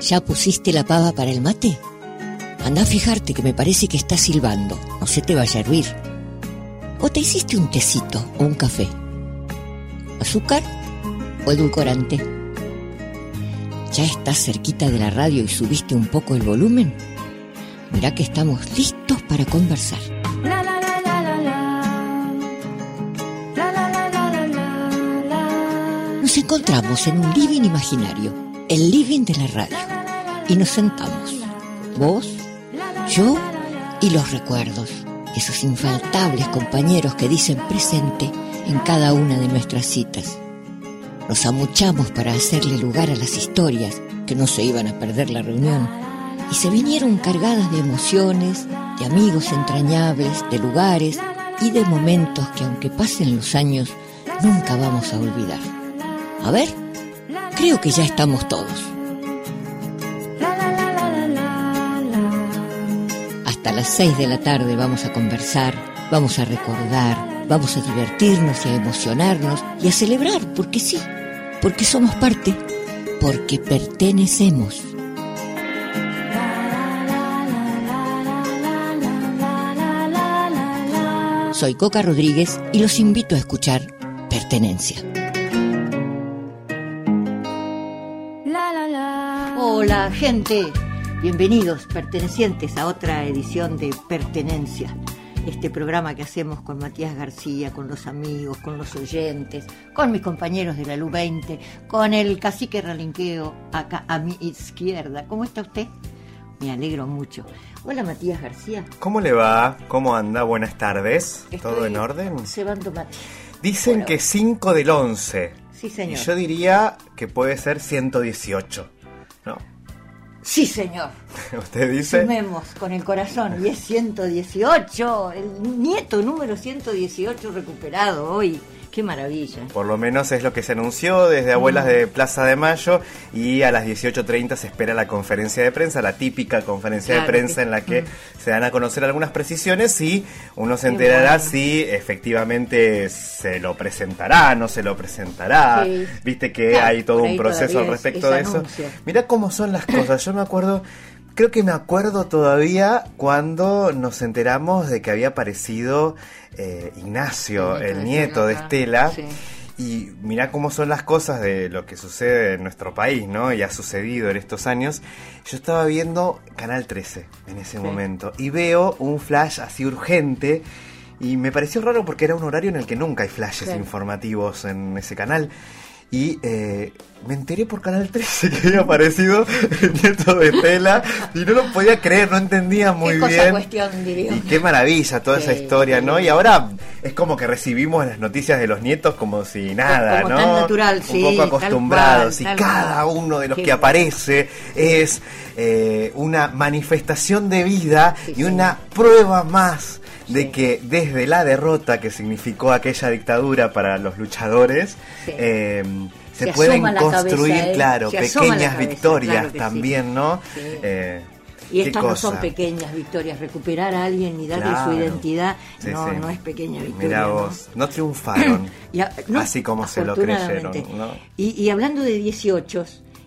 ¿Ya pusiste la pava para el mate? Anda a fijarte que me parece que está silbando. No se te vaya a hervir. ¿O te hiciste un tecito o un café? ¿Azúcar o edulcorante? ¿Ya estás cerquita de la radio y subiste un poco el volumen? Mirá que estamos listos para conversar. La la la la la la. La la la la la la la. Nos encontramos en un living imaginario, el living de la radio, y nos sentamos. Vos, yo y los recuerdos, esos infaltables compañeros que dicen presente en cada una de nuestras citas. Nos amuchamos para hacerle lugar a las historias que no se iban a perder la reunión y se vinieron cargadas de emociones, de amigos entrañables, de lugares y de momentos que aunque pasen los años nunca vamos a olvidar. A ver, creo que ya estamos todos. La la la la la la la. Hasta las 6 de la tarde vamos a conversar, vamos a recordar, vamos a divertirnos y a emocionarnos y a celebrar, porque sí, porque somos parte, porque pertenecemos. Soy Coca Rodríguez y los invito a escuchar Pertenencia. La la la. Hola gente, bienvenidos pertenecientes a otra edición de Pertenencia, este programa que hacemos con Matías García, con los amigos, con los oyentes, con mis compañeros de la LU20, con el cacique Ralinqueo acá a mi izquierda. ¿Cómo está usted? Me alegro mucho. Hola Matías García. ¿Cómo le va? ¿Cómo anda? Buenas tardes. ¿Todo Estoy en orden? Cebando mate. Dicen Bueno. que 5 del 11. Sí, Y señor. yo diría que puede ser 118. ¿No? Sí, señor. ¿Usted dice? Sumemos con el corazón y es 118, el nieto número 118 recuperado hoy. Qué maravilla. Por lo menos es lo que se anunció desde Abuelas Mm. de Plaza de Mayo y a las 18.30 se espera la conferencia de prensa, la típica conferencia Claro de que- Mm. prensa en la que se dan a conocer algunas precisiones y uno se enterará bueno. si efectivamente se lo presentará, no se lo presentará. Sí. Viste que Claro, hay todo por un ahí proceso todavía al es- respecto es de eso. anuncio. Mirá cómo son las cosas. Yo me acuerdo, creo que me acuerdo todavía cuando nos enteramos de que había aparecido eh, Ignacio, el nieto de Estela. Y mirá cómo son las cosas de lo que sucede en nuestro país, ¿no? Y ha sucedido en estos años. Yo estaba viendo Canal 13 en ese momento y veo un flash así urgente y me pareció raro porque era un horario en el que nunca hay flashes informativos en ese canal. Y eh, me enteré por Canal 13 que había aparecido el nieto de Tela y no lo podía creer, no entendía muy Qué cosa bien. cuestión, diría. Y qué maravilla toda esa Sí, historia, ¿no? sí. Y ahora es como que recibimos las noticias de los nietos como si nada, Como ¿no? tan natural, Un sí, poco tal acostumbrados. cual, y tal cada cual. uno de los Qué que aparece es eh, una manifestación de vida Sí, y sí. una prueba más de Sí. que desde la derrota que significó aquella dictadura para los luchadores, Sí. eh, se, Se pueden asoma la construir, cabeza, ¿eh? claro, Se asoma la pequeñas cabeza, victorias claro que sí. también, ¿no? Sí. Eh, Y qué estas no son cosa. pequeñas victorias. Recuperar a alguien y darle Claro. su identidad Sí, no, sí. no es pequeña victoria. Mirá vos, no, triunfaron. ¿no? Y a- no, así como se lo creyeron. afortunadamente. ¿no? Y, y hablando de 18,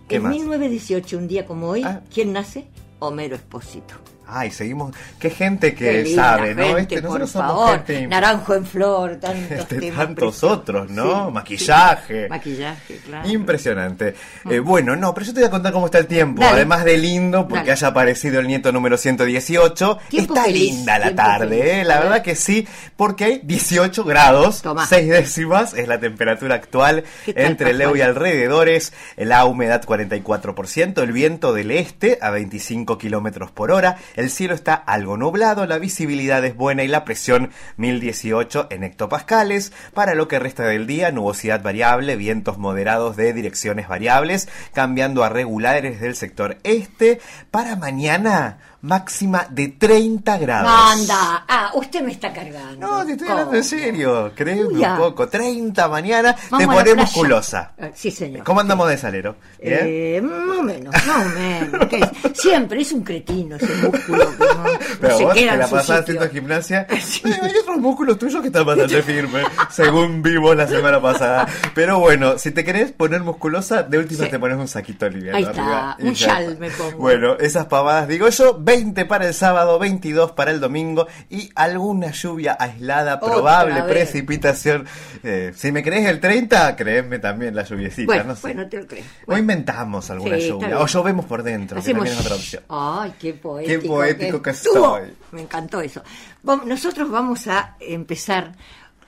¿Qué en más? 1918, un día como hoy, Ah. ¿quién nace? Homero Espósito. Ay, seguimos. Qué gente Qué que linda sabe, ¿no? gente, Este, por nosotros somos favor. gente- Naranjo en flor, tantos Este, temas tantos preciosos. otros, ¿no? Sí, Maquillaje. sí. Maquillaje, claro. Impresionante. Eh, bueno, no, pero yo te voy a contar cómo está el tiempo. Mm. Dale. Además de lindo, porque Dale. haya aparecido el nieto número 118. Tiempo está feliz, linda la tiempo feliz. tarde, ¿eh? A La ver. verdad que sí, porque hay 18 grados, Tomá. 6 décimas es la temperatura actual ¿Qué tal, entre Leo y Pascual? alrededores. La humedad 44%, el viento del este a 25 kilómetros por hora, El cielo está algo nublado, la visibilidad es buena y la presión 1018 en hectopascales. Para lo que resta del día, nubosidad variable, vientos moderados de direcciones variables, cambiando a regulares del sector este. Para mañana, máxima de 30 grados. Anda, ah, usted me está cargando. No, te estoy hablando ¿Cómo? en serio. Créeme Uy, ya. un poco. 30 mañana, Vamos a te la pones playa. musculosa. Eh, Sí, señor. ¿Cómo andamos de salero? ¿Bien? Eh, más o menos, más o menos. ¿qué es? Siempre es un cretino ese músculo que no, no Pero se vos queda te en la su pasás sitio. haciendo gimnasia. Eh, Hay otros músculos tuyos que están bastante firmes, según vimos la semana pasada. Pero bueno, si te querés poner musculosa, de última Sí. te pones un saquito liviano Ahí está, arriba y un ya chal está. me pongo. Bueno, esas pavadas digo yo, 20 para el sábado, 22 para el domingo y alguna lluvia aislada, Otra probable vez. precipitación. Eh, si me crees el 30, créeme también la lluviecita, Bueno, no sé. bueno, te lo creo. o inventamos alguna Sí, está lluvia, bien. o llovemos por dentro, que Hacemos también es otra opción. Ay, qué poético. Qué poético que estuvo. soy. Me encantó eso. Vam- Nosotros vamos a empezar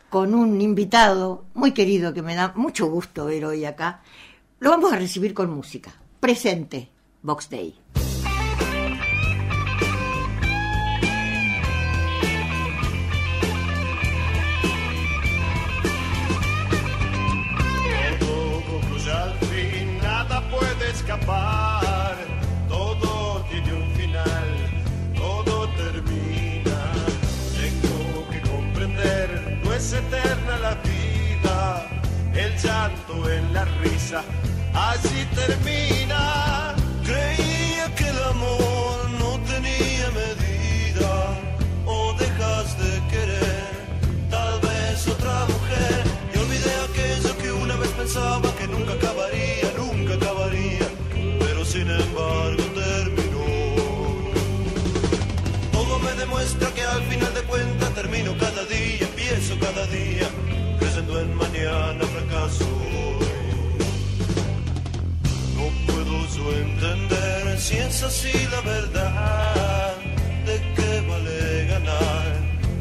con un invitado muy querido que me da mucho gusto ver hoy acá. Lo vamos a recibir con música. Presente, Box Day. El todo fluye al fin, nada puede escapar. Todo tiene un final, todo termina. Tengo que comprender, no es eterna la vida. El llanto en la risa, así termina. Creía que el amor no tenía medida. O dejas de querer, tal vez otra mujer. Y olvidé aquello que una vez pensaba que nunca acabaría, nunca acabaría. Pero sin embargo terminó. Todo me demuestra que al final de cuentas termino cada día, empiezo cada día, creciendo en mañana, fracaso hoy. No puedo yo entender si es así la verdad. ¿De qué vale ganar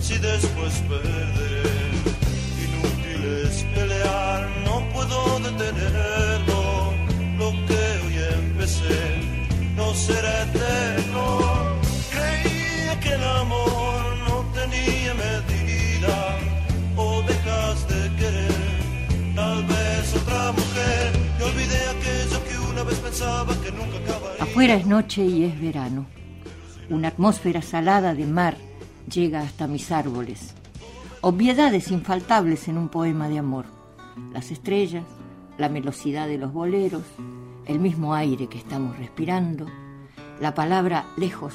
si después perderé? Inútil es pelear, no puedo detenerlo. Lo que hoy empecé no será eterno. Creía que el amor no tenía medida. O dejas de querer Tal vez otra mujer, yo olvidé aquello que una vez pensaba que nunca acabaría. Afuera es noche y es verano. Una atmósfera salada de mar llega hasta mis árboles. Obviedades infaltables en un poema de amor. Las estrellas, la velocidad de los boleros, el mismo aire que estamos respirando, la palabra lejos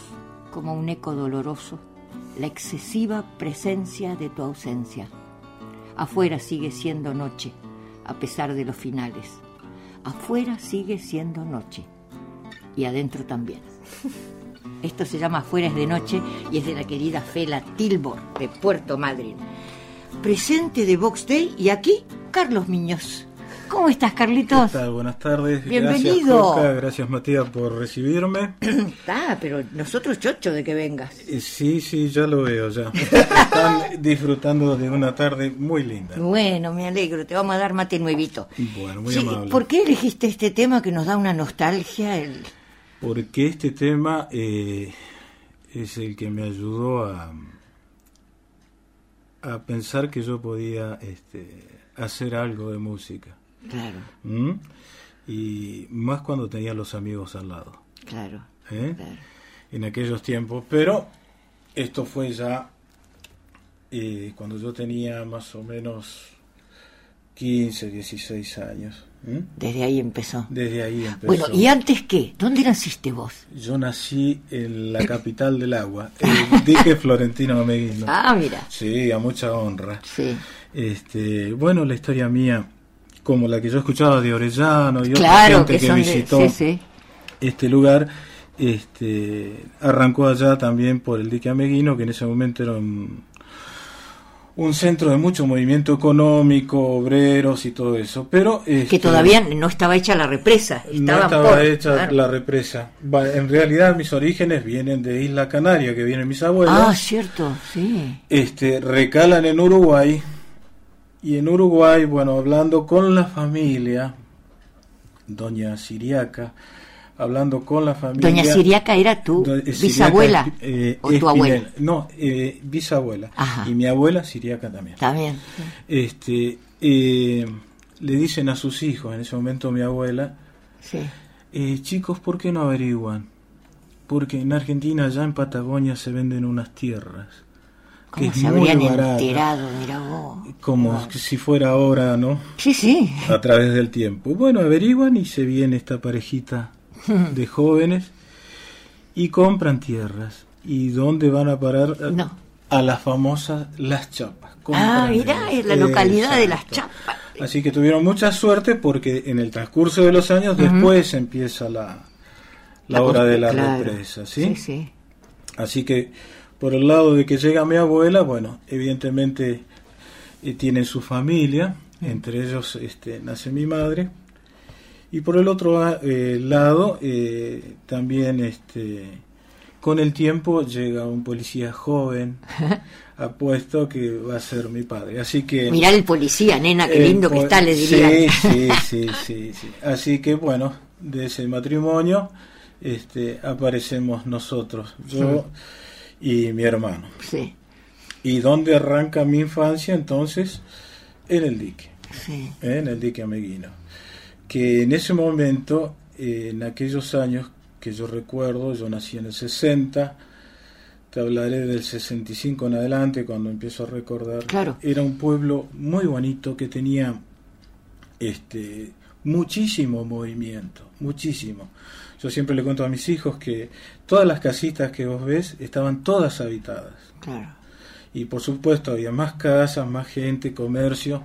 como un eco doloroso, la excesiva presencia de tu ausencia. Afuera sigue siendo noche, a pesar de los finales. Afuera sigue siendo noche y adentro también. Esto se llama Afuera es de Noche y es de la querida Fela Tilbor de Puerto Madryn. Presente de Vox Day y aquí Carlos Miñoz. ¿Cómo estás, Carlitos? ¿Qué tal? Buenas tardes. Bienvenido. Gracias, Coca. Gracias, Matías, por recibirme. Ah, pero nosotros chocho de que vengas. Eh, Sí, sí, ya lo veo, ya. Están disfrutando de una tarde muy linda. Bueno, me alegro, te vamos a dar mate nuevito. Bueno, muy Sí, amable. ¿Por qué elegiste este tema que nos da una nostalgia? El... Porque este tema eh, es el que me ayudó a, a pensar que yo podía este, hacer algo de música. Claro, ¿Mm? Y más cuando tenía los amigos al lado. claro, ¿eh? claro. en aquellos tiempos, pero esto fue ya eh, cuando yo tenía más o menos 15, 16 años. ¿m? Desde ahí empezó. Desde ahí empezó. Bueno, ¿y antes qué? ¿Dónde naciste vos? Yo nací en la capital del agua, el dique Florentino Ameguino. Ah, mira. Sí, a mucha honra. Sí. Este, bueno, la historia mía, como la que yo escuchaba de Orellano y Claro, otra gente que que, son de... visitó Sí, sí. este lugar este, arrancó allá también por el dique Ameguino, que en ese momento era un, un centro de mucho movimiento económico, obreros y todo eso. Pero Que este, todavía no estaba hecha la represa. no estaban estaba por- hecha claro. la represa. Va, En realidad mis orígenes vienen de Isla Canaria, que vienen mis abuelos. Ah, cierto, sí. este, recalan en Uruguay y en Uruguay, bueno, hablando con la familia, doña Siriaca, hablando con la familia. Doña Siriaca era tu Do- eh, bisabuela Siriaca, eh, o tu Espinel. abuela. No, eh, bisabuela. Ajá. Y mi abuela Siriaca también. Está bien. Este, eh, le dicen a sus hijos, en ese momento mi abuela, Sí. eh, chicos, ¿por qué no averiguan? Porque en Argentina, ya en Patagonia, se venden unas tierras. ¿Cómo es se muy habrían barata. enterado? Mira vos. Como si fuera ahora, ¿no? Sí, sí. a través del tiempo. Bueno, averiguan y se viene esta parejita de jóvenes y compran tierras. ¿Y dónde van a parar? No. A las famosas Las Chapas. Ah, Compran mirá, el- es la localidad de Las Exacto. Chapas. Así que tuvieron mucha suerte porque en el transcurso de los años después empieza la, la obra de la claro. represa, Sí, sí. Así que por el lado de que llega mi abuela, bueno, evidentemente eh, tiene su familia, entre ellos este, nace mi madre. Y por el otro la- eh, lado, eh, también este, con el tiempo llega un policía joven, apuesto que va a ser mi padre. Así que... Mirá el policía, nena, Ah, qué El lindo que po- está, le Eh, pues, Sí, diría. sí, sí, sí, sí. Así que bueno, de ese matrimonio este, aparecemos nosotros, yo y mi hermano. Sí, ¿Y dónde arranca mi infancia entonces? En el dique, sí. ¿eh? en el dique ameguino. Que en ese momento, eh, en aquellos años que yo recuerdo, yo nací en el 60, te hablaré del 65 en adelante cuando empiezo a recordar. Claro. Era un pueblo muy bonito que tenía este muchísimo movimiento, muchísimo. Yo siempre le cuento a mis hijos que todas las casitas que vos ves estaban todas habitadas Claro. y por supuesto había más casas, más gente, comercio,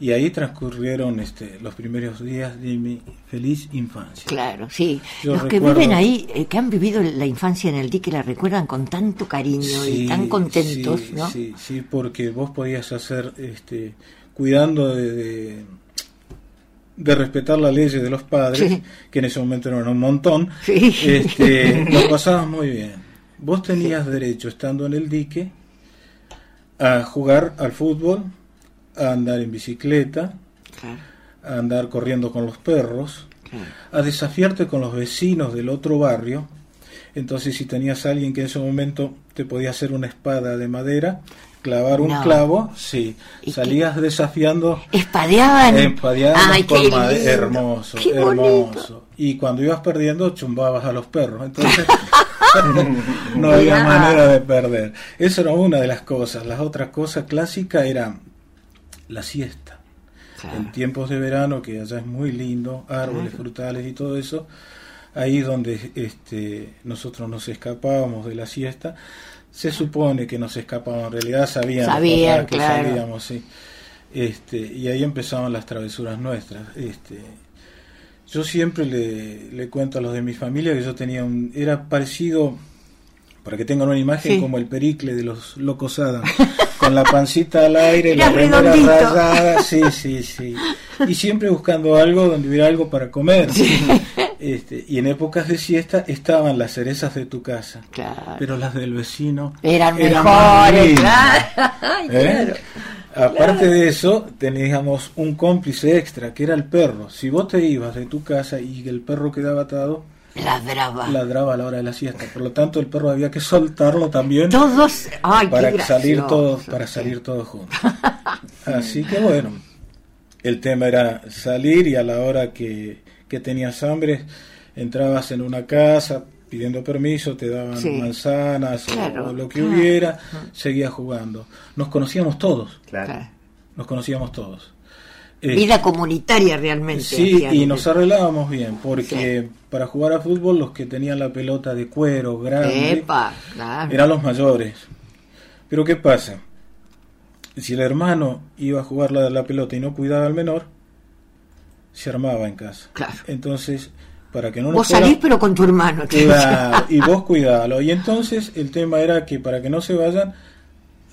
y ahí transcurrieron este, los primeros días de mi feliz infancia. Claro, sí. Yo Los que recuerdo- viven ahí, eh, que han vivido la infancia en el dique, la recuerdan con tanto cariño y tan contentos, sí, ¿no? Sí, sí, porque vos podías hacer, este, cuidando de, de, de respetar las leyes de los padres, Sí. que en ese momento eran un montón, Sí. este, lo pasabas muy bien. Vos tenías derecho, estando en el dique, a jugar al fútbol, a andar en bicicleta, Claro, a andar corriendo con los perros, claro. a desafiarte con los vecinos del otro barrio. Entonces, si tenías a alguien que en ese momento te podía hacer una espada de madera, clavar un No. clavo, sí, ¿Y salías desafiando, Espadeaban. empadeados Ay, con qué made- lindo, hermoso, qué bonito. hermoso. Y cuando ibas perdiendo, chumbabas a los perros. Entonces, no había Mirá. manera de perder. Esa era una de las cosas. La otra cosa clásica era la siesta en Claro. tiempos de verano, que allá es muy lindo, árboles, frutales y todo eso, ahí es donde este, nosotros nos escapábamos de la siesta, se supone que nos escapábamos, en realidad sabíamos, Sabían, que claro. sabíamos, sí. Este, y ahí empezaban las travesuras nuestras. Este, yo siempre le, le cuento a los de mi familia que yo tenía un... Era parecido, para que tengan una imagen, Sí. como el pericle de los locos Adams, con la pancita al aire, la Era remera redondito. rayada, sí, sí, sí. Y siempre buscando algo donde hubiera algo para comer. Este, y en épocas de siesta estaban las cerezas de tu casa, claro. pero las del vecino Eran más mejores, lindas. claro. Ay, ¿Eh? claro. Aparte de eso, teníamos un cómplice extra, que era el perro. Si vos te ibas de tu casa y el perro quedaba atado, Las bravas. ladraba a la hora de la siesta. Por lo tanto, el perro había que soltarlo también Todos. Ay, qué para salir gracioso. todos, para salir todos juntos. Así que bueno, el tema era salir y a la hora que, que tenías hambre, entrabas en una casa pidiendo permiso, te daban Sí. manzanas o- Claro, o lo que claro. hubiera, seguías jugando. Nos conocíamos todos. Claro. Claro. Nos conocíamos todos. Eh, Vida comunitaria realmente. sí, hacían. y nos arreglábamos bien, porque para jugar a fútbol los que tenían la pelota de cuero grande Epa, claro. eran los mayores. Pero ¿qué pasa? Si el hermano iba a jugar la, la pelota y no cuidaba al menor, se armaba en casa. Claro. Entonces, para que no nos Vos fuera- salís pero con tu hermano. Claro, y vos cuidalo. Y entonces el tema era que para que no se vayan,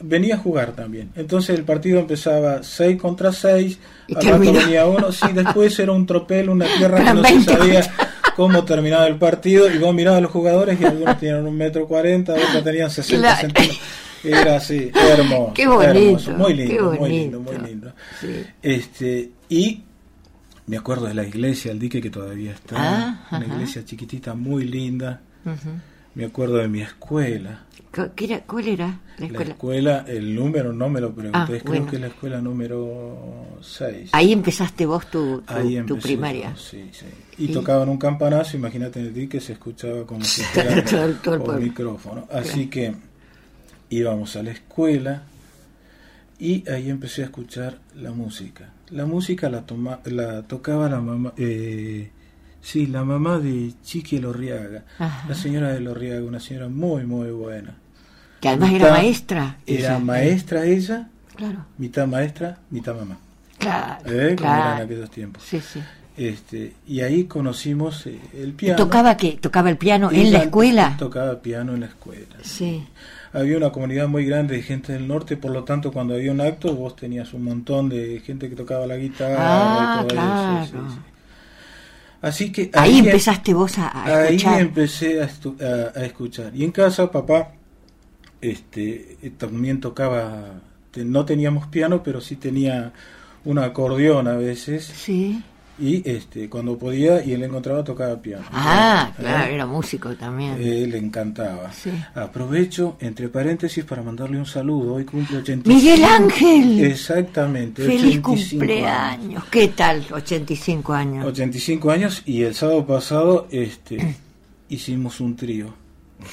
venía a jugar también. Entonces el partido empezaba 6 contra 6, Y al rato terminó. venía uno, sí, después era un tropel, una tierra que Eran no se 20 sabía contra- cómo terminaba el partido, y vos mirabas a los jugadores y algunos tenían un metro cuarenta, otros tenían 60 Claro. centímetros. Era así, hermoso. Qué bonito, hermoso, Muy qué lindo, muy lindo, muy bonito. lindo. Sí. Este, y Me acuerdo de la iglesia, el dique que todavía está. Ah, una ajá. iglesia chiquitita, muy linda. Ujú. Me acuerdo de mi escuela. ¿Cu- qué era- ¿Cuál era la La escuela? escuela, el número no me lo pregunté, Ah, creo bueno. que es la escuela número 6. Ahí empezaste vos tu, tu- tu empecé primaria. yo, sí, sí. Y, tocaban un campanazo, imagínate en el día que se escuchaba como si Todo fuera el- todo el un pueblo. micrófono. Así que íbamos a la escuela y ahí empecé a escuchar la música. La música la, toma, la tocaba la mamá, eh, sí, la mamá de Chiqui Lorriaga, Ajá. la señora de Lorriaga, una señora muy, muy buena. Que además era Mitad- maestra. ¿eh? Era Esa. maestra ella, Claro, mitad maestra, mitad mamá. claro. ¿Eh? Como eran claro. aquellos tiempos. Sí, sí. Este, y ahí conocimos eh, el ¿Y piano. ¿Tocaba que ¿Tocaba el piano en Ella la escuela? Tocaba piano en la escuela. Sí. Había una comunidad muy grande de gente del norte, por lo tanto, cuando había un acto, vos tenías un montón de gente que tocaba la guitarra Ah, y todo eso. claro. sí, sí. Así que Ahí, empezaste vos a, a em- ahí escuchar. empecé a, estu- a- a escuchar. Y en casa, papá este, eh, también tocaba. te- no teníamos piano, pero sí tenía un acordeón a veces Sí. y este cuando podía y él encontraba tocaba piano Ah, Eh, claro, era músico también. eh, le encantaba Sí. aprovecho entre paréntesis para mandarle un saludo hoy cumple 85 Miguel Ángel. exactamente Feliz 85 años. cumpleaños. ¿Qué tal? 85 años. 85 años y el sábado pasado este hicimos un trío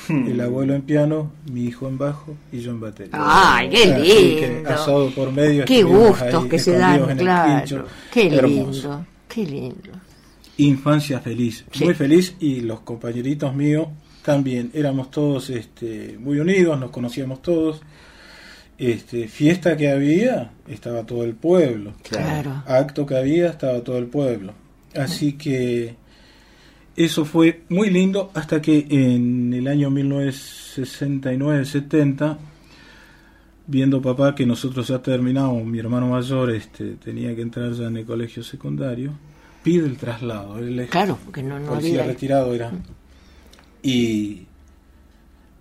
el abuelo en piano mi hijo en bajo y yo en batería Ay, qué Así Ah, que lindo. asado por medio Qué estuvimos gustos ahí que se escondidos dan, en el quincho. claro. Qué Hermoso. lindo, qué lindo. Infancia feliz, Sí. muy feliz y los compañeritos míos también. Éramos todos este, muy unidos, nos conocíamos todos. Este, fiesta que había, estaba todo el pueblo. Claro. Acto que había, estaba todo el pueblo. Así que eso fue muy lindo hasta que en el año 1969-70, viendo papá que nosotros ya terminamos, mi hermano mayor este, tenía que entrar ya en el colegio secundario, pide el traslado. Él es Claro, porque no, no policía había. retirado era. Y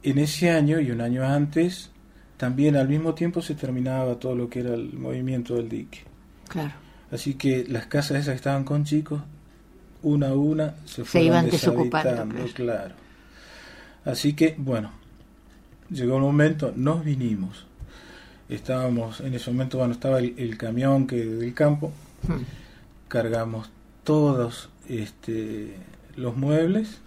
en ese año y un año antes, también al mismo tiempo se terminaba todo lo que era el movimiento del dique. Claro. Así que las casas esas que estaban con chicos, una a una se fueron iban deshabitando, desocupando, claro. claro. Así que, bueno, llegó el momento, nos vinimos. Estábamos, en ese momento, bueno, estaba el, el camión que del campo, Hmm. cargamos todos este, los muebles.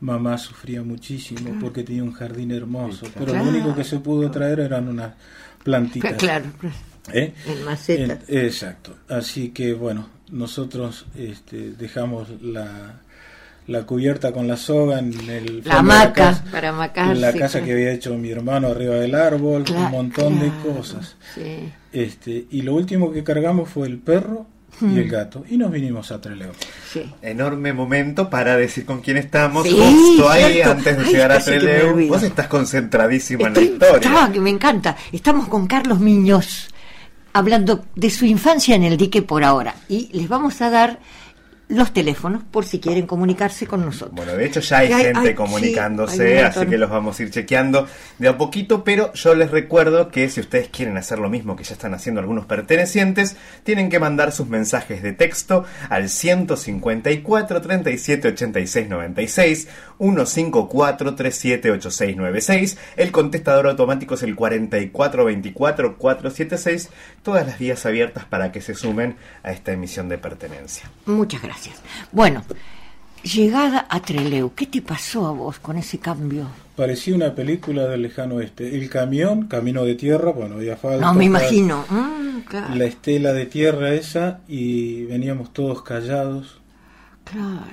Mamá sufría muchísimo porque tenía un jardín hermoso, pero Claro. lo único que se pudo traer eran unas plantitas. Claro, pues, ¿eh? en macetas. En- exacto. Así que bueno, nosotros este, dejamos la, la cubierta con la soga en el fondo de La hamaca, casa, para en amacarse. la casa claro. que había hecho mi hermano arriba del árbol, Cla- un montón de claro, cosas. Sí. Este, y lo último que cargamos fue el perro y Hmm. el gato y nos vinimos a Trelew. sí. Enorme momento para decir con quién estamos. Sí, Justo ahí, cierto. antes de Ay, llegar a casi que me Trelew. olvido. Vos estás concentradísima en la Estoy- historia. Ah, que me encanta. Estamos con Carlos Miñoz hablando de su infancia en el dique por ahora. Y les vamos a dar los teléfonos por si quieren comunicarse con nosotros. Bueno, de hecho ya hay Que hay- gente ay, sí, hay comunicándose, un así montón. que los vamos a ir chequeando de a poquito, pero yo les recuerdo que si ustedes quieren hacer lo mismo que ya están haciendo algunos pertenecientes, tienen que mandar sus mensajes de texto al 154 37 86 96 154 37 86 96. El contestador automático es el 44 24 476. Todas las vías abiertas para que se sumen a esta emisión de pertenencia. Muchas gracias. Bueno, llegada a Treleu, ¿qué te pasó a vos con ese cambio? Parecía una película del lejano oeste. El camión, camino de tierra, bueno, había falta. No me imagino. Mm, claro, La estela de tierra esa y veníamos todos callados. claro.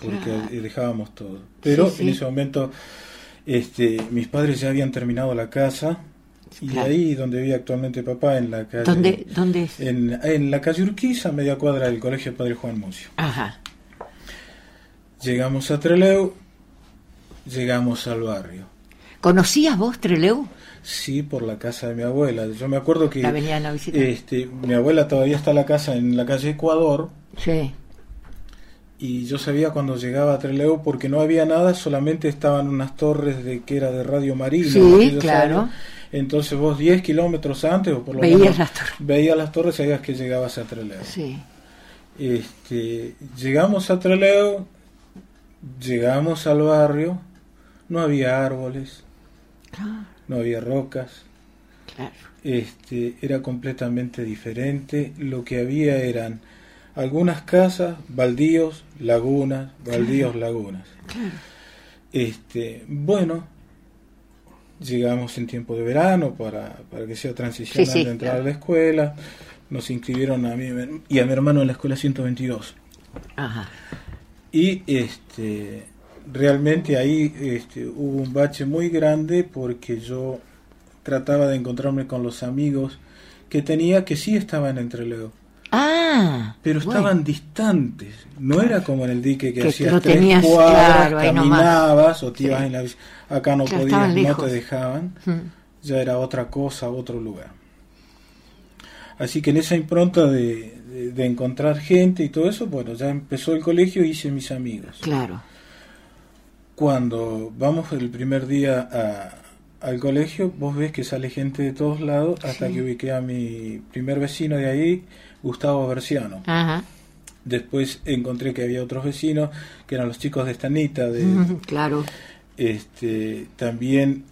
porque dejábamos todo. Pero Sí, sí. en ese momento este, mis padres ya habían terminado la casa y Claro. ahí donde vive actualmente papá en la calle ¿Dónde, dónde es? en, en la calle Urquiza, media cuadra del colegio Padre Juan Mucio. Ajá. Llegamos a Treleu, llegamos al barrio. ¿Conocías vos Treleu? Sí, por la casa de mi abuela. Yo me acuerdo que La venían a visitar. este, mi abuela todavía está la casa en la calle Ecuador. Sí. y yo sabía cuando llegaba a Trelew porque no había nada, solamente estaban unas torres de que era de Radio Marina. Sí, en aquellos claro. años. Entonces vos 10 kilómetros antes o por lo Veías menos las torres. veías las torres y sabías que llegabas a Trelew. Sí. Este, llegamos a Trelew, llegamos al barrio, no había árboles, no había rocas, Claro. este, era completamente diferente. Lo que había eran algunas casas, baldíos, lagunas, baldíos, lagunas. Este, bueno, llegamos en tiempo de verano para, para que sea transicional Sí, sí, de entrar claro. a la escuela. Nos inscribieron a mí y a mi hermano en la escuela 122. Ajá. Y este realmente ahí este, hubo un bache muy grande porque yo trataba de encontrarme con los amigos que tenía que sí estaban entre luego, Ah, pero bueno. estaban distantes. No era como en el dique que, Que hacías lo tres tenías, cuadras, claro, ahí nomás. caminabas o te ibas Sí. en la bici. Acá no Claro, podías, estaban no lejos. te dejaban. Mm. Ya era otra cosa, otro lugar. Así que en esa impronta de, de- de encontrar gente y todo eso, bueno, ya empezó el colegio y hice mis amigos Claro. cuando vamos el primer día a- al colegio, vos ves que sale gente de todos lados, hasta que ubiqué a mi primer vecino de ahí, Gustavo Berciano. Ajá. Después encontré que había otros vecinos, que eran los chicos de Estanita, de, Mm, Claro. este, también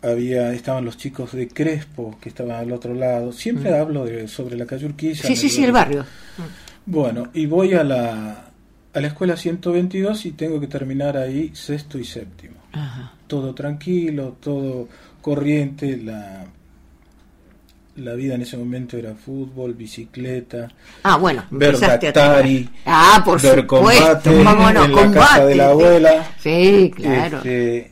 había, estaban los chicos de Crespo, que estaban al otro lado. Siempre hablo de, sobre la calle Urquiza. Mm. Sí, en sí, sí, el barrio. barrio. Bueno, y voy a la, a la escuela 122 y tengo que terminar ahí sexto y séptimo. Ajá. Todo tranquilo, todo corriente, la, la vida en ese momento era fútbol, bicicleta, Ah, bueno, ver empezaste a Bactari, trabajar. Ah, por ver supuesto, combate vámonos, en la casa combate, de la sí. abuela. Sí, claro. este,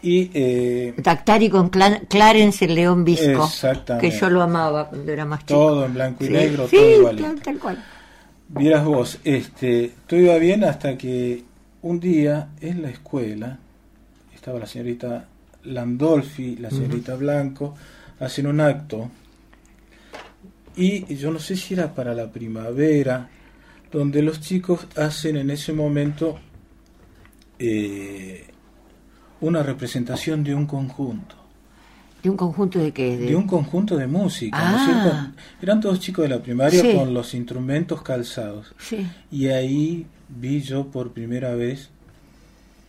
y eh, Tactari con Cla- Clarence el León Visco. Exactamente. Que yo lo amaba cuando era más chico. todo en blanco y Sí, negro, sí, todo igualito. tal- tal cual. Vieras vos, este, todo iba bien hasta que un día en la escuela estaba la señorita Landolfi, la señorita Blanco, hacen un acto y yo no sé si era para la primavera, donde los chicos hacen en ese momento eh, una representación de un conjunto, ¿De un conjunto de qué? de un conjunto de música. ¿no es Ah. cierto? Eran todos chicos de la primaria Sí. con los instrumentos calzados. Sí. Y ahí vi yo por primera vez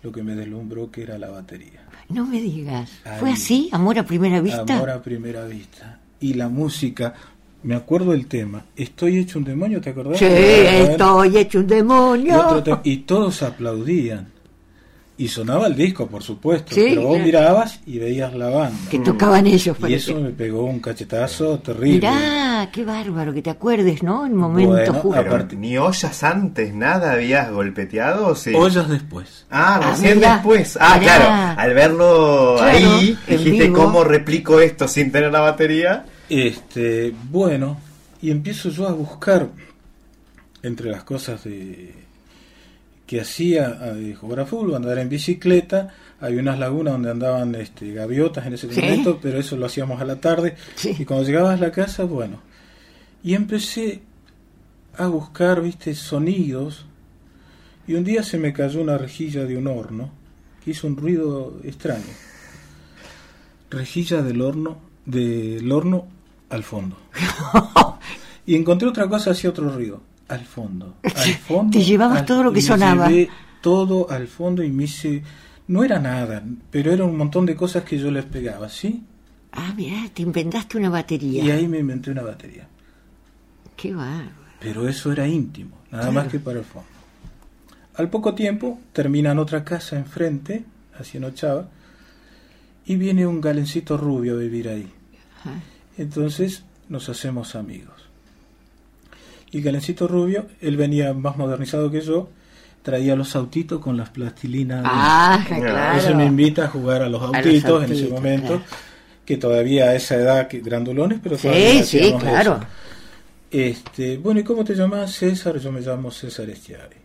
lo que me deslumbró que era la batería. No me digas. ¿Fue Ahí. así? ¿Amor a primera vista? Amor a primera vista. Y la música, me acuerdo el tema, Estoy hecho un demonio, ¿te acordás? Sí, Bueno, estoy hecho un y, demonio. otro tema, y todos aplaudían. Y sonaba el disco, por supuesto, Sí, pero vos claro. mirabas y veías la banda. que tocaban ellos. Y parece. eso me pegó un cachetazo terrible. Mirá, qué bárbaro que te acuerdes, ¿no? En momento Bueno, justo. Pero Aparte- ni ollas antes, nada habías golpeteado, ¿o sí? Ollas después. Ah, Ah, recién mirá. después. Ah, Mirá. claro. Al verlo Claro, ahí, en dijiste vivo. cómo replico esto sin tener la batería. Este, bueno, y empiezo yo a buscar entre las cosas de, que hacía eh, jugar a fútbol, andar en bicicleta. Hay unas lagunas donde andaban este, gaviotas en ese Sí. momento, pero eso lo hacíamos a la tarde. Sí. Y cuando llegabas a la casa, bueno. Y empecé a buscar, viste, sonidos. Y un día se me cayó una rejilla de un horno que hizo un ruido extraño. Rejilla del horno, del horno al fondo. y encontré otra cosa hacía otro ruido. Al fondo. Al fondo. Te llevabas al- todo lo que y me sonaba. llevé todo al fondo y me hice. No era nada, pero era un montón de cosas que yo les pegaba, ¿sí? Ah, mirá, te inventaste una batería. Y ahí me inventé una batería. Qué bárbaro. Pero eso era íntimo, nada más que para el fondo. Al poco tiempo terminan otra casa enfrente, así en Ochava, y viene un galencito rubio a vivir ahí. Ajá. Entonces nos hacemos amigos. Y el galencito rubio, él venía más modernizado que yo, traía los autitos con las plastilinas. Ah, Eso me claro. invita a jugar a los los autitos, en ese autitos, momento, claro. que todavía a esa edad, que, grandulones, pero Sí, todavía sí, hacíamos claro. eso. Este, bueno, ¿y cómo te llamas César? Yo me llamo César Estiave.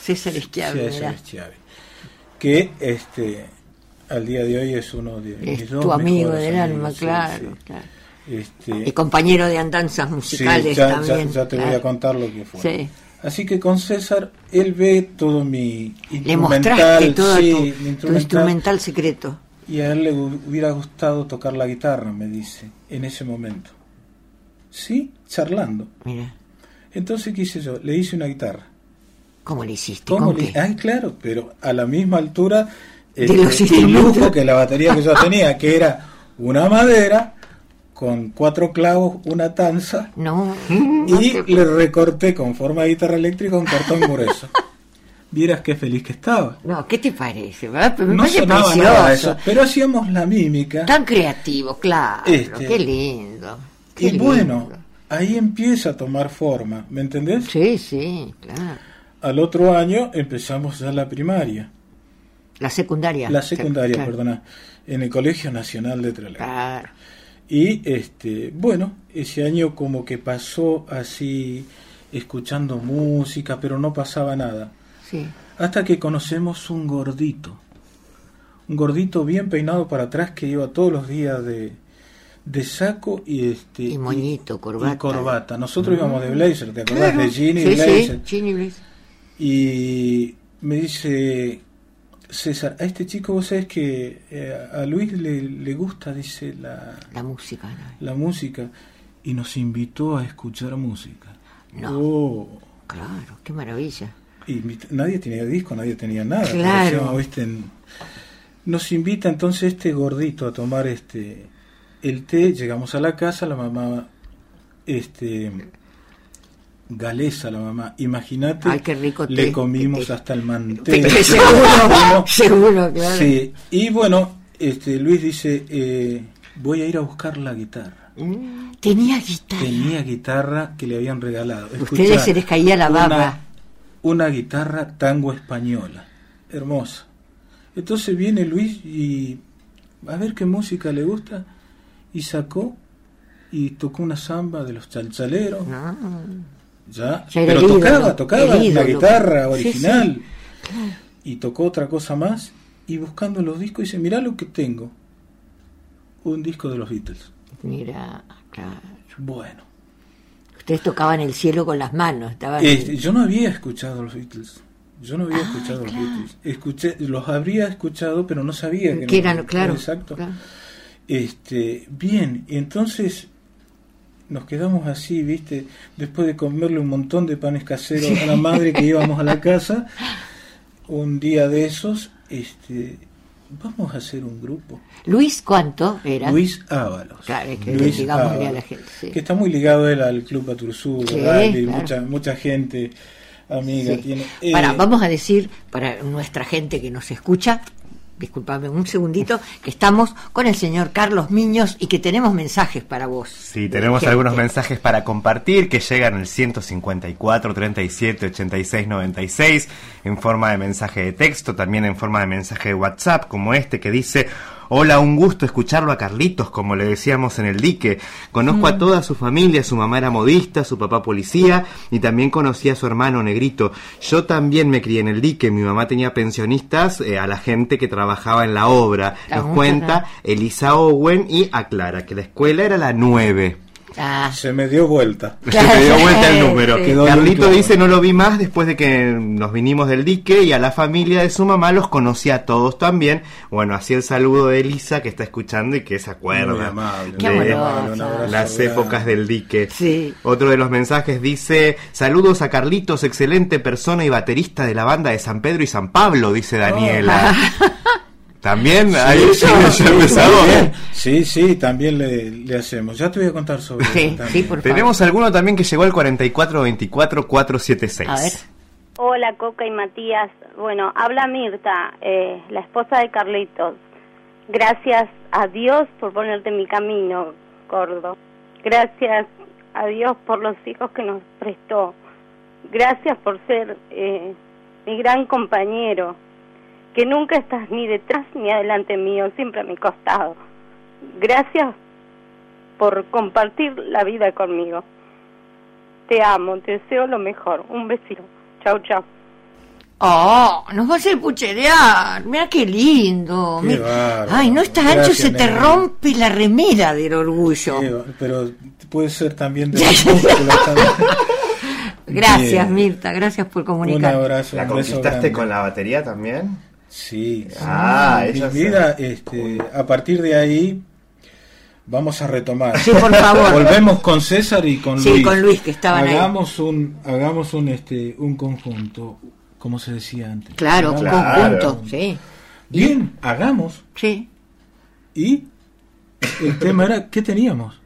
César Esquiave, César mirá. Estiave. Que este, al día de hoy es uno de mis Es dos tu amigo mejores del amigos, alma, sí, claro, sí. claro. Este, Y compañero de andanzas sí, musicales ya, ya- también. ya te voy claro. a contar lo que fue. Sí. Así que con César, él ve todo mi Le instrumental, mostraste todo sí, tu, mi tu instrumental, instrumental secreto. y a él le hu- hubiera gustado tocar la guitarra, me dice, en ese momento. Sí, charlando. Mira. Entonces, ¿qué hice yo? Le hice una guitarra. ¿Cómo le hiciste? ¿Cómo ¿Con le- ah? qué? Ay, claro, pero a la misma altura De este, los el instrumentos. lujo que la batería que yo tenía, que era una madera con cuatro clavos, una tanza, No. y le recorté con forma de guitarra eléctrica un cartón grueso. Vieras qué feliz que estaba. No, ¿qué te parece? verdad? Pero me No parece sonaba precioso. nada de eso, pero hacíamos la mímica. Tan creativo, claro. Este. Qué lindo. qué Y bueno, lindo. ahí empieza a tomar forma, ¿me entendés? Sí, sí, claro. Al otro año empezamos ya la primaria, La secundaria. la secundaria, Claro. Ah, perdona, en el Colegio Nacional de Trelew. Claro. Y este, bueno, ese año como que pasó así escuchando música, pero no pasaba nada. Sí. Hasta que conocemos un gordito. Un gordito bien peinado para atrás que iba todos los días de, de saco y este Y moñito, corbata. Mm. y corbata. Nosotros íbamos de blazer, ¿te acordás? De jean y sí, blazer. sí, Ginny Blazer. Y me dice, César, a este chico vos sabés que eh, a Luis le, le gusta, dice, la, La música. ¿no? la música. Y nos invitó a escuchar música. No. Oh. Claro, qué maravilla. Y invita- nadie tenía disco, nadie tenía nada. Claro. parecíamos, viste, en- Nos invita entonces este gordito a tomar este el té. Llegamos a la casa, la mamá, este galesa la mamá. Imagínate, Ay, qué rico le té, comimos qué té. hasta el mantel. Pero seguro, Comimos- seguro, claro. Sí, y bueno, este Luis dice, eh, voy a ir a buscar la guitarra. Tenía guitarra. Tenía guitarra que le habían regalado. Ustedes Escuchá, se les caía la una- baba. Una, guitarra tango española, hermosa. Entonces viene Luis y a ver qué música le gusta y sacó y tocó una samba de los chalchaleros. No. Ya, Ah. Ya era pero el ídolo, tocaba, tocaba el ídolo. la guitarra Sí, original. Y tocó otra cosa más. Y buscando los discos, dice: Mirá lo que tengo. Un disco de los Beatles. Mira, claro. Bueno, Ustedes tocaban el cielo con las manos, estaban. este, yo no había escuchado los Beatles. Yo no había Ah, escuchado los Beatles. Escuché, los habría escuchado, pero no sabía que que no- eran, claro. Exacto. claro. Este, bien, entonces nos quedamos así, ¿viste? Después de comerle un montón de panes caseros a la madre que íbamos a la casa, un día de esos, este, vamos a hacer un grupo. Luis, ¿cuánto era? Luis Ábalos. Claro, es que Luis digámosle a la Ábalos, gente, sí. Que está muy ligado él al Club Atursur, Sí, ¿verdad? Y claro. mucha, mucha gente amiga Sí. tiene. Eh, Para, vamos a decir para nuestra gente que nos escucha, disculpame un segundito, que estamos con el señor Carlos Miños y que tenemos mensajes para vos. Sí, tenemos Gente. algunos mensajes para compartir que llegan al 154 37 86 96 en forma de mensaje de texto, también en forma de mensaje de WhatsApp, como este que dice: Hola, un gusto escucharlo a Carlitos, como le decíamos en el dique. Conozco Mm. a toda su familia, su mamá era modista, su papá policía y también conocí a su hermano negrito. Yo también me crié en el dique, mi mamá tenía pensionistas eh, a la gente que trabajaba en la obra. Ah, Nos muchas cuenta Elisa Owen y aclara que la escuela era la 9. Ah, Se me dio vuelta. Claro, Se dio vuelta sí, el número. sí. Quedó bien Carlito claro. dice no lo vi más después de que nos vinimos del dique y a la familia de su mamá los conocía a todos también. Bueno, así el saludo de Elisa que está escuchando y que se acuerda. Muy amable, Qué de muy amorosa. amable, un abrazo las grande. épocas del dique. Sí. Otro de los mensajes dice, saludos a Carlitos, excelente persona y baterista de la banda de San Pedro y San Pablo, dice Daniela. Oh. También ahí Sí, ya empezamos. Sí, sí, también le, le hacemos. Ya te voy a contar sobre Sí, eso. también. sí, por favor. Tenemos alguno también que llegó al 4424-476. A ver. Hola Coca y Matías. Bueno, habla Mirta, eh, la esposa de Carlitos. Gracias a Dios por ponerte en mi camino, Gordo. Gracias a Dios por los hijos que nos prestó. Gracias por ser eh, mi gran compañero, que nunca estás ni detrás ni adelante mío, siempre a mi costado. Gracias por compartir la vida conmigo. Te amo, te deseo lo mejor. Un besito. Chau, chau. Oh, nos vas a pucherear. Mira qué lindo. Qué mira. bárbaro. Ay, no estás ancho, Gracias, se te nena. rompe la remera del orgullo. Sí, Eh, pero puede ser también de los músculos también. Gracias, Bien. Mirta, gracias por Un comunicar. abrazo. ¿La un beso conquistaste grande. con la batería también? Sí. Ah, sí. ella Mi se- vida, este, a partir de ahí, Vamos a retomar. Sí, por favor. Volvemos con César y con Sí, Luis. con Luis, que estaban ahí. hagamos Un, hagamos un, este, un conjunto, como se decía antes. Claro, un Hagamos- Claro. conjunto, sí. Bien, hagamos. Sí. Y el tema era, ¿qué teníamos?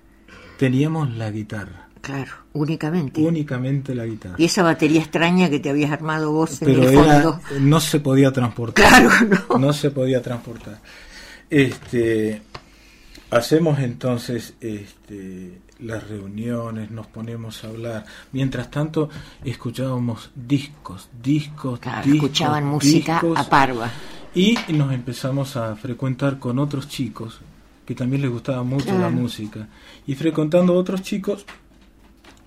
Teníamos la guitarra. Claro, únicamente. Únicamente la guitarra. Y esa batería extraña que te habías armado vos en pero el era, fondo. no se podía transportar. Claro, no. se podía transportar. Este, hacemos entonces este, las reuniones, nos ponemos a hablar. Mientras tanto, escuchábamos discos, discos, Claro, discos, escuchaban música discos, a parva. Y nos empezamos a frecuentar con otros chicos que también les gustaba mucho la música. Y frecuentando otros chicos,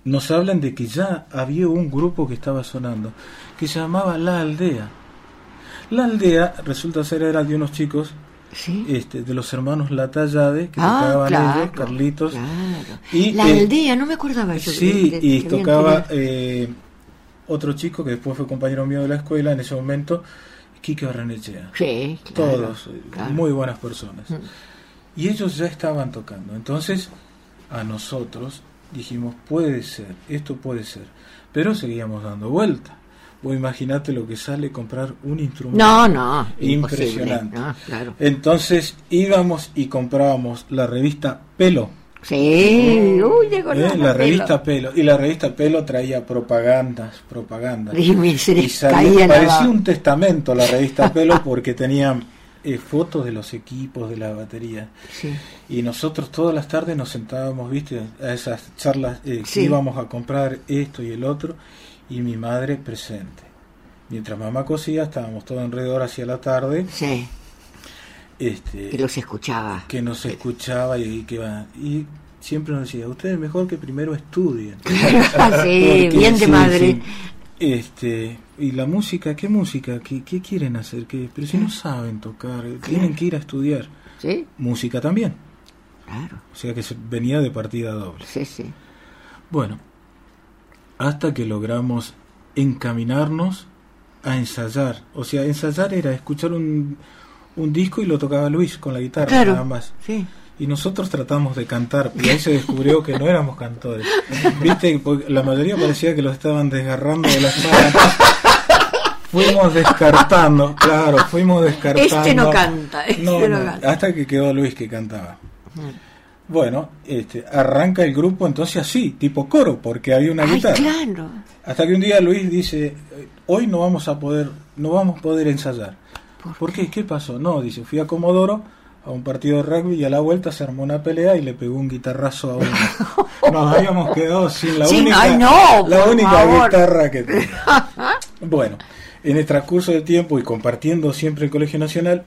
nos hablan de que ya había un grupo que estaba sonando, que se llamaba La Aldea. La Aldea resulta ser era de unos chicos, Sí. este, de los hermanos Latallade, que Ah, tocaban claro, ellos, Carlitos. claro. Y, la eh, aldea, no me acordaba yo. Sí, que- que- y que habían tocaba tenido- eh, otro chico que después fue compañero mío de la escuela en ese momento, Quique Barrenechea. Sí, claro, Todos, eh, claro. Mm. muy buenas personas. Y ellos ya estaban tocando. Entonces, a nosotros dijimos, puede ser, esto puede ser. Pero seguíamos dando vuelta. Vos imaginate lo que sale comprar un instrumento. No, no. imposible, Impresionante. Eh, No, claro. Entonces íbamos y comprábamos la revista Pelo. Sí, uy, llegó ¿eh? La revista Pelo. Y la revista Pelo traía propagandas, propagandas. Y me- se Y les salía- caía la parecía baba. un testamento la revista Pelo porque tenía eh, fotos de los equipos, de la batería. Sí. Y nosotros todas las tardes nos sentábamos, viste, a esas charlas eh, Sí. que íbamos a comprar esto y el otro, y mi madre presente. Mientras mamá cosía, estábamos todos alrededor hacia la tarde, Sí, este, que los escuchaba. que nos escuchaba y, y que va- y siempre nos decía, ustedes mejor que primero estudien. sí, Porque, bien de sí, madre. sí. Este, y la música, ¿qué música? ¿Qué, qué quieren hacer? ¿Qué? Pero si no saben tocar, eh, tienen que ir a estudiar. Sí, Música también. claro. O sea que se- venía de partida doble. Sí, sí. Bueno, hasta que logramos encaminarnos a ensayar. O sea, ensayar era escuchar un, un disco y lo tocaba Luis con la guitarra Claro. nada más. Sí. Y nosotros tratamos de cantar, pero ahí se descubrió que no éramos cantores. Viste, Porque la mayoría parecía que lo estaban desgarrando de las manos. Fuimos descartando, claro, fuimos descartando. Este no canta, este no canta. Hasta que quedó Luis que cantaba. Bueno, este, arranca el grupo entonces así, tipo coro, porque hay una Ay, guitarra. claro. Hasta que un día Luis dice, eh, hoy no vamos a poder, no vamos a poder ensayar. ¿Por, qué? ¿Qué pasó? No, dice, fui a Comodoro a un partido de rugby y a la vuelta se armó una pelea y le pegó un guitarrazo a uno. Nos habíamos quedado sin la Sin- única, ay, no, la por única favor. guitarra que tenía. Bueno, en el transcurso de tiempo y compartiendo siempre el Colegio Nacional,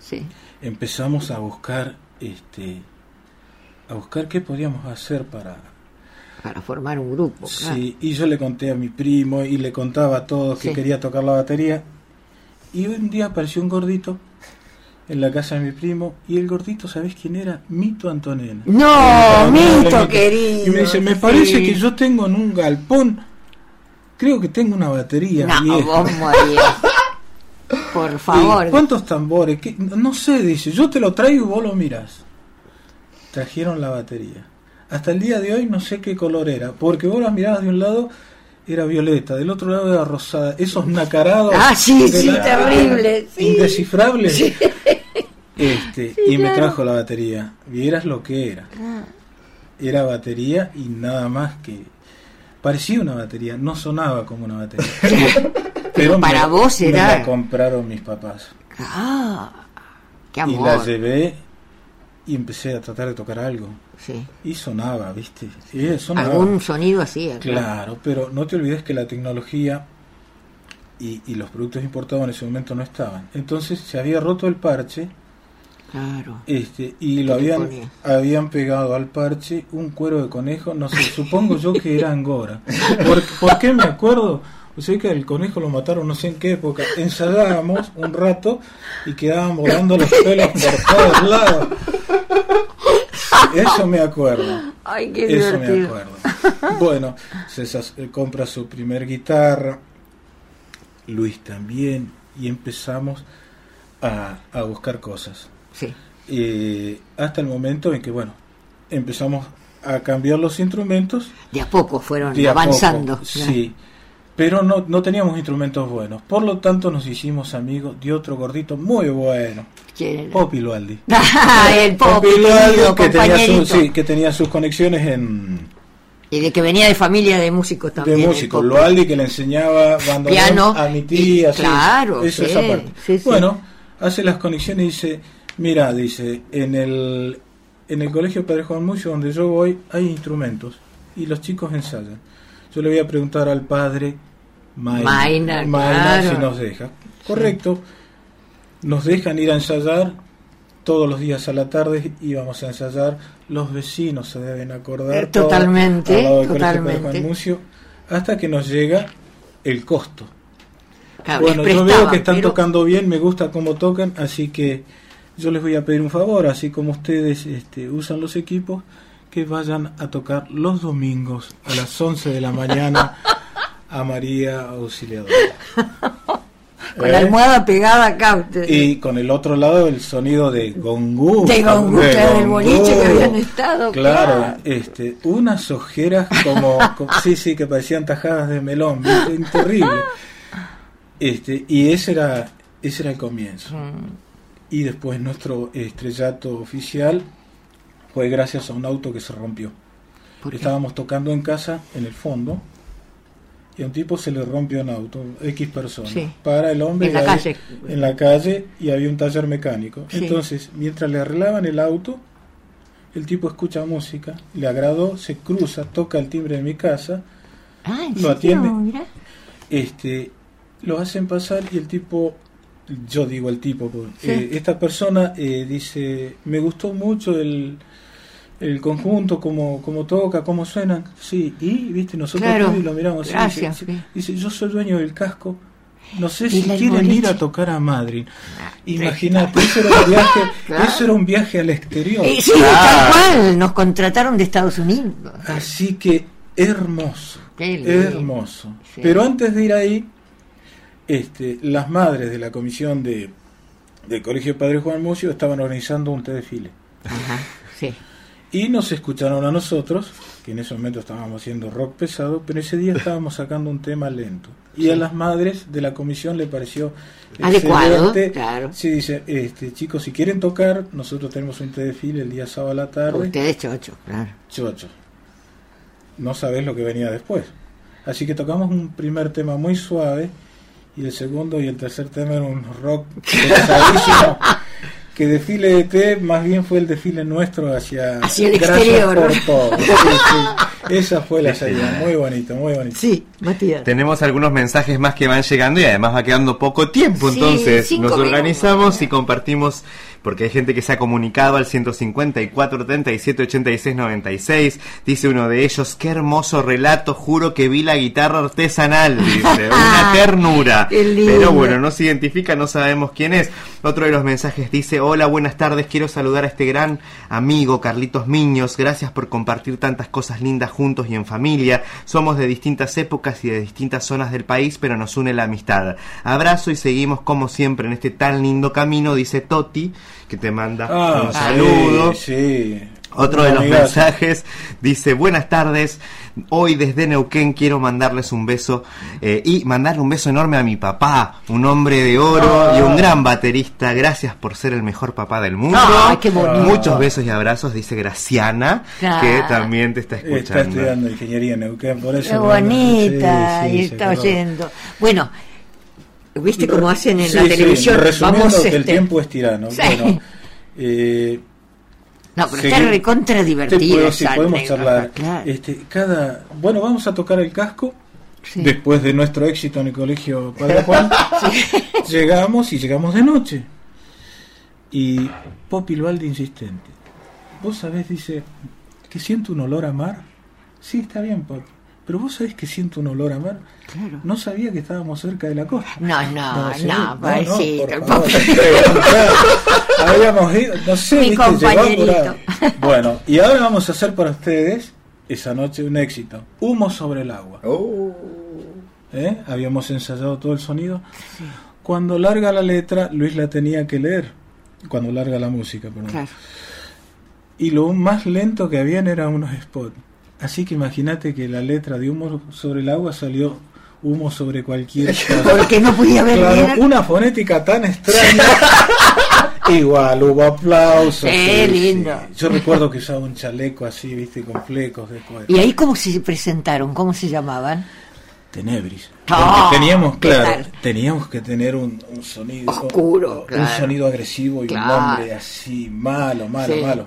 Sí. empezamos a buscar, este, a buscar qué podíamos hacer para Para formar un grupo. claro. Sí, y yo le conté a mi primo y le contaba a todos que Sí. quería tocar la batería. Y un día apareció un gordito en la casa de mi primo y el gordito, ¿sabés quién era? Mito Antonella. No, Antonella, Mito Mito. querido. Y me dice, me parece sí. que yo tengo en un galpón, creo que tengo una batería. No, vieja". vos morías. Por favor. Sí, ¿Cuántos tambores? ¿Qué? No sé, dice, yo te lo traigo y vos lo mirás. Trajeron la batería. Hasta el día de hoy no sé qué color era, porque vos las mirabas de un lado era violeta, del otro lado era rosada. Esos nacarados. Ah, sí, de sí, terrible, sí. Indescifrables. Este, y me trajo la batería. Vieras lo que era. Ah. Era batería y nada más que. Parecía una batería, no sonaba como una batería. Pero para me- vos me era- la compraron mis papás. Ah, qué Y la amor. llevé y empecé a tratar de tocar algo. Sí. Y sonaba, ¿viste? Sí, sonaba. Algún sonido así. acá. Claro, pero no te olvides que la tecnología y, y los productos importados en ese momento no estaban. Entonces se había roto el parche Claro. este y lo habían, ponía? habían pegado al parche un cuero de conejo. No sé, supongo yo que era angora. ¿Por, por qué me acuerdo? O sea que el conejo lo mataron no sé en qué época. Ensayábamos un rato y quedaban volando los pelos por todos lados. Eso me acuerdo. Ay, qué Eso me divertido. acuerdo. Bueno, César eh, compra su primer guitarra, Luis también, y empezamos a, a buscar cosas. Sí. eh, hasta el momento en que, bueno, empezamos a cambiar los instrumentos. De a poco fueron de a poco, Ah, avanzando. sí, pero no, no teníamos instrumentos buenos. Por lo tanto, nos hicimos amigos de otro gordito muy bueno, ¿Quién era? Popi Lualdi. Ah, el Popi, Popi Lualdi, querido que tenía, su- compañerito. sí, que tenía sus conexiones en, Y de que venía de familia de músicos también. de el músicos. Popi. Loaldi que le enseñaba bandoneón Piano. a mi tía. Y- claro, eso, sí, esa parte. sí, sí. Bueno, hace las conexiones y dice, mira, dice, en el, en el colegio Padre Juan Mucio, donde yo voy, hay instrumentos y los chicos ensayan. Yo le voy a preguntar al padre Maina, Maina, Maina, claro. si nos deja. Correcto. Nos dejan ir a ensayar todos los días a la tarde íbamos a ensayar. Los vecinos se deben acordar. Eh, totalmente, todo al lado del colegio totalmente. Padre Juan Mucio, hasta que nos llega el costo. Claro, les bueno, yo veo prestaban, que están Ah, pero- tocando bien, me gusta cómo tocan, así que yo les voy a pedir un favor, así como ustedes este, usan los equipos, que vayan a tocar los domingos a las 11 de la mañana a María Auxiliadora. Con la ¿Eh? almohada pegada acá. usted. Y con el otro lado el sonido de gongú. De gongú, claro, del gongú. boliche que habían estado, claro. Claro, este, unas ojeras como, co- sí, sí, que parecían tajadas de melón, ¿viste? terrible. Este, y ese era, ese era el comienzo. Mm. Y después nuestro estrellato oficial fue gracias a un auto que se rompió. ¿Por qué? Estábamos tocando en casa, en el fondo, y a un tipo se le rompió un auto, X persona. Sí. Para el hombre. En la y había- calle. En la calle y había un taller mecánico. Sí. Entonces, mientras le arreglaban el auto, el tipo escucha música, le agradó, se cruza, toca el timbre de mi casa, Ah, ¿en lo serio? atiende. Mirá. este, lo hacen pasar y el tipo, yo digo el tipo, porque, Sí. eh, esta persona eh, dice, me gustó mucho el, el conjunto, cómo, cómo toca, cómo suenan, sí, y viste, nosotros Claro. todos lo miramos así, Gracias, dice, sí. dice, yo soy dueño del casco, no sé Y si la Ah, quieren ir boliche. a tocar a Madrid. Imagínate, eso era, un viaje, eso era un viaje al exterior. Eh, sí, tal cual. Nos contrataron de Estados Unidos. Así que hermoso, Qué lindo. hermoso. Sí. Pero antes de ir ahí, este, las madres de la comisión de, del Colegio Padre Juan Mucio estaban organizando un té desfile. Ajá, sí. Y nos escucharon a nosotros, que en ese momento estábamos haciendo rock pesado, pero ese día estábamos sacando un tema lento. Y a las madres de la comisión le pareció Adecuado, excelente. claro. Sí, dice, este, chicos, si quieren tocar, nosotros tenemos un té desfile el día sábado a la tarde. Ustedes chocho, claro. Chocho. No sabés lo que venía después. Así que tocamos un primer tema muy suave y el segundo y el tercer tema eran un rock pesadísimo. que desfile de té más bien fue el desfile nuestro hacia, Hacia el gracias exterior. por todo. Sí, sí. Esa fue la salida. Muy bonito, muy bonito. Sí, Matías. Tenemos algunos mensajes más que van llegando y además va quedando poco tiempo, Sí, entonces cinco nos minutos. organizamos y compartimos porque hay gente que se ha comunicado al 154 37 86 96. Dice uno de ellos, qué hermoso relato, juro que vi la guitarra artesanal, dice, una ternura. Qué lindo. Pero bueno, no se identifica, no sabemos quién es. Otro de los mensajes dice, hola, buenas tardes, quiero saludar a este gran amigo Carlitos Miños, gracias por compartir tantas cosas lindas juntos y en familia. Somos de distintas épocas y de distintas zonas del país, pero nos une la amistad. Abrazo y seguimos como siempre en este tan lindo camino, dice Toti, que te manda un Ah, sí, saludo. sí. Otro de los Amigazo. mensajes dice, buenas tardes, hoy desde Neuquén quiero mandarles un beso eh, y mandarle un beso enorme a mi papá, un hombre de oro y un gran baterista, gracias por ser el mejor papá del mundo. Ay, qué bonito. Muchos besos y abrazos, dice Graciana, Claro. que también te está Está escuchando. estudiando ingeniería en Neuquén, por eso. Qué bueno, bonita, sí, sí, y se está acordó. oyendo. Bueno, ¿viste cómo hacen en Sí, la sí, televisión? resumiendo Vamos, que el este, tiempo es tirano. Sí. Bueno, eh, No, pero seguir- está recontra te divertido. puedo- sí, esa podemos anécdota, charlar. claro. Este, cada, bueno, vamos a tocar el casco. Sí. Después de nuestro éxito en el colegio Padre Juan, llegamos y llegamos de noche. Y Popi Loaldi insistente. Vos sabés, dice, que siento un olor a mar. Sí, está bien, Popi. Pero vos sabés que siento un olor a mar. Claro. No sabía que estábamos cerca de la costa. No, no, sí, no, por pobrecito, el favor. pobre. Habíamos ido, no sé, Mi viste, llegó por ahí. compañerito. Bueno, y ahora vamos a hacer para ustedes esa noche un éxito. Humo sobre el agua. ¿Eh? Habíamos ensayado todo el sonido. Cuando larga la letra, Luis la tenía que leer. Cuando larga la música, perdón. Claro. Y lo más lento que habían eran unos spots. Así que imagínate que la letra de humo sobre el agua salió humo sobre cualquier cosa. Porque no podía ver Claro, bien. una fonética tan extraña. Igual hubo aplausos. Sí, lindo. Yo recuerdo que usaba un chaleco así, viste, con flecos de cuero. ¿Y ahí cómo se presentaron? ¿Cómo se llamaban? Tenebris. Ah, Porque teníamos, ¿qué claro, tal? teníamos que tener un, un sonido Oscuro, un claro. sonido agresivo y Claro. un nombre así malo, malo, Sí. malo.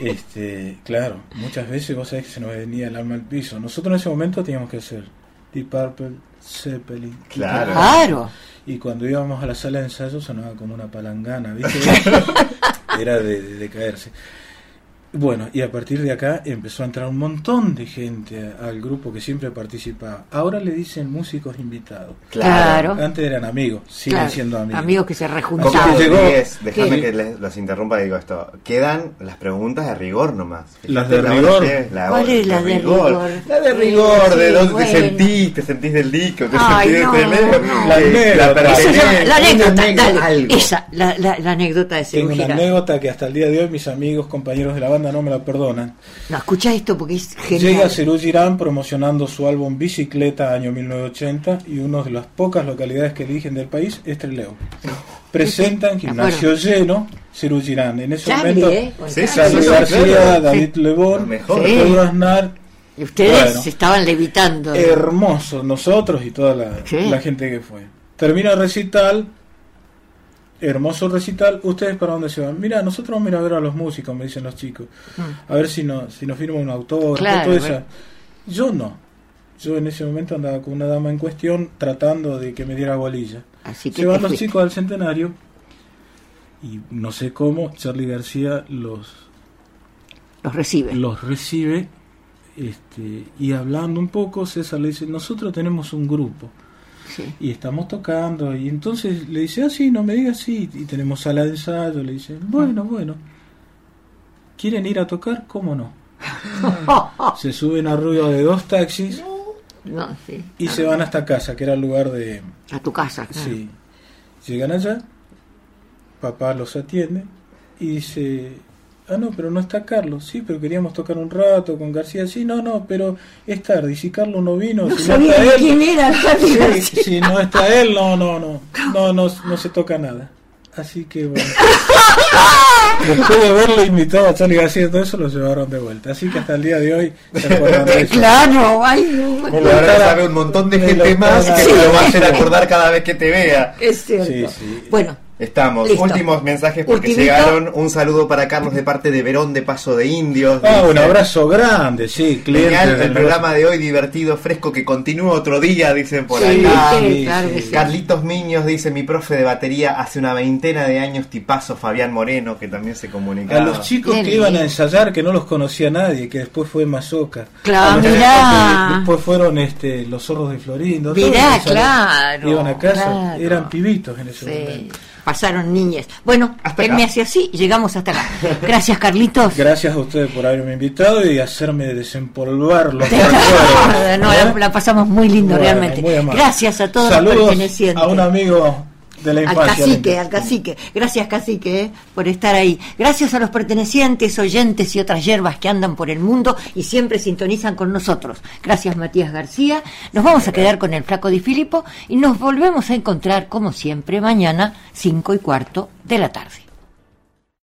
Este, claro, muchas veces vos sabés que se nos venía el alma al piso. Nosotros en ese momento teníamos que hacer Deep Purple, Zeppelin. Claro. Ah, Claro. Y cuando íbamos a la sala de ensayo sonaba como una palangana, ¿viste? Era de, de- de caerse. Bueno, y a partir de acá empezó a entrar un montón de gente a- al grupo que siempre participaba. Ahora le dicen músicos invitados. Claro. Antes eran amigos, siguen claro. siendo amigos. que se Como que Claro. rejuntaban. Llegó- diez, Déjame Sí. que les- los interrumpa y digo esto. Quedan las preguntas de rigor nomás. Fíjate Las la de hora rigor. que es, la ¿Cuál hora es la de rigor? La de rigor, Sí, de dónde bueno. te sentís, te sentís del disco, te Ay, sentís no, del teléfono. no. La Eso anécdota. pertenencia, ya- la una anécdota, dale. algo. Esa, la, la- la anécdota de Tengo una cirugía. anécdota que hasta el día de hoy mis amigos, compañeros de la banda no me la perdonan. No, escucha esto porque es Llega genial. Cerú Girán promocionando su álbum Bicicleta año 1980 y una de las pocas localidades que eligen del país es Trelew. Presentan De acuerdo. gimnasio lleno, Cerú Girán. En ese Charlie, momento, ¿eh? Con Sí, Charlie sí, sí, García, claro. David Los Lebón, mejores. Arturo Aznar, Y ustedes Bueno. Eh, se estaban levitando. hermosos nosotros y toda la, Sí. la gente que fue. Termina el recital, hermoso recital, ¿ustedes para dónde se van? Mira, nosotros vamos a ir a ver a los músicos, me dicen los chicos, a ver si nos, si nos firma un autógrafo, Mm. Claro, todo a eso. ver. Yo no. Yo en ese momento andaba con una dama en cuestión tratando de que me diera bolilla. Así que Se van te los fuiste. chicos al centenario y no sé cómo Charlie García los Los reciben. los recibe este, y hablando un poco, César le dice, nosotros tenemos un grupo Sí. y estamos tocando y entonces le dice, ah, sí, no me digas, sí, y tenemos sala de ensayo, le dice, bueno, Ah. bueno, ¿quieren ir a tocar? ¿Cómo no? Se suben arriba de dos taxis No, sí. Ah, y se van hasta casa, que era el lugar de... A tu casa. claro. Sí. Llegan allá, papá los atiende y dice, ah, no, pero no está Carlos. Sí, pero queríamos tocar un rato con García. Sí, no, no, pero es tarde. Y si Carlos no vino, No si sabía no ni está él, quién era Charlie sí, García. si no está él, no, no, no, no, no, no se toca nada. Así que bueno. Después de haberlo invitado a Charlie García y todo eso, lo llevaron de vuelta. Así que hasta el día de hoy se acuerdan de eso. Claro, ay, no. Como ahora lo sabe un montón de Me gente lo más que están- te lo va a hacer acordar cada vez que te vea. Es cierto. Sí, sí. Bueno, Estamos, Listo. últimos mensajes porque Ultimito. llegaron. Un saludo para Carlos de parte de Verón de Paso de Indios. Ah, un Dice, abrazo grande, sí, cliente. Genial, el del- programa de hoy divertido, fresco, que continúa otro día, dicen por sí, acá. Eh, sí, sí, claro sí. que sí. Carlitos Miños dice, mi profe de batería hace una veintena de años, tipazo Fabián Moreno, que también se A comunicaba. los chicos Bien, que iban a bien. ensayar, que no los conocía nadie, que después fue Mazoca. Claro, A los chicos mirá. que Después fueron este, los zorros de Florindo. todos Mirá, los que claro, Iban a casa, claro. eran pibitos en ese Sí. momento. Pasaron niñas. Bueno, Hasta él acá. me hace así y llegamos hasta acá. Gracias, Carlitos. Gracias a ustedes por haberme invitado y hacerme desempolvar los No, recuerdos. no, la, la pasamos muy lindo ¿eh? Bueno, realmente. muy amable. Gracias a todos los Saludos pertenecientes. a un amigo de la al infancia. cacique, lindo. al cacique. Gracias, cacique, eh, por estar ahí. Gracias a los pertenecientes, oyentes y otras hierbas que andan por el mundo y siempre sintonizan con nosotros. Gracias, Matías García. Nos vamos a quedar con el flaco Di Filippo y nos volvemos a encontrar, como siempre, mañana, cinco y cuarto de la tarde.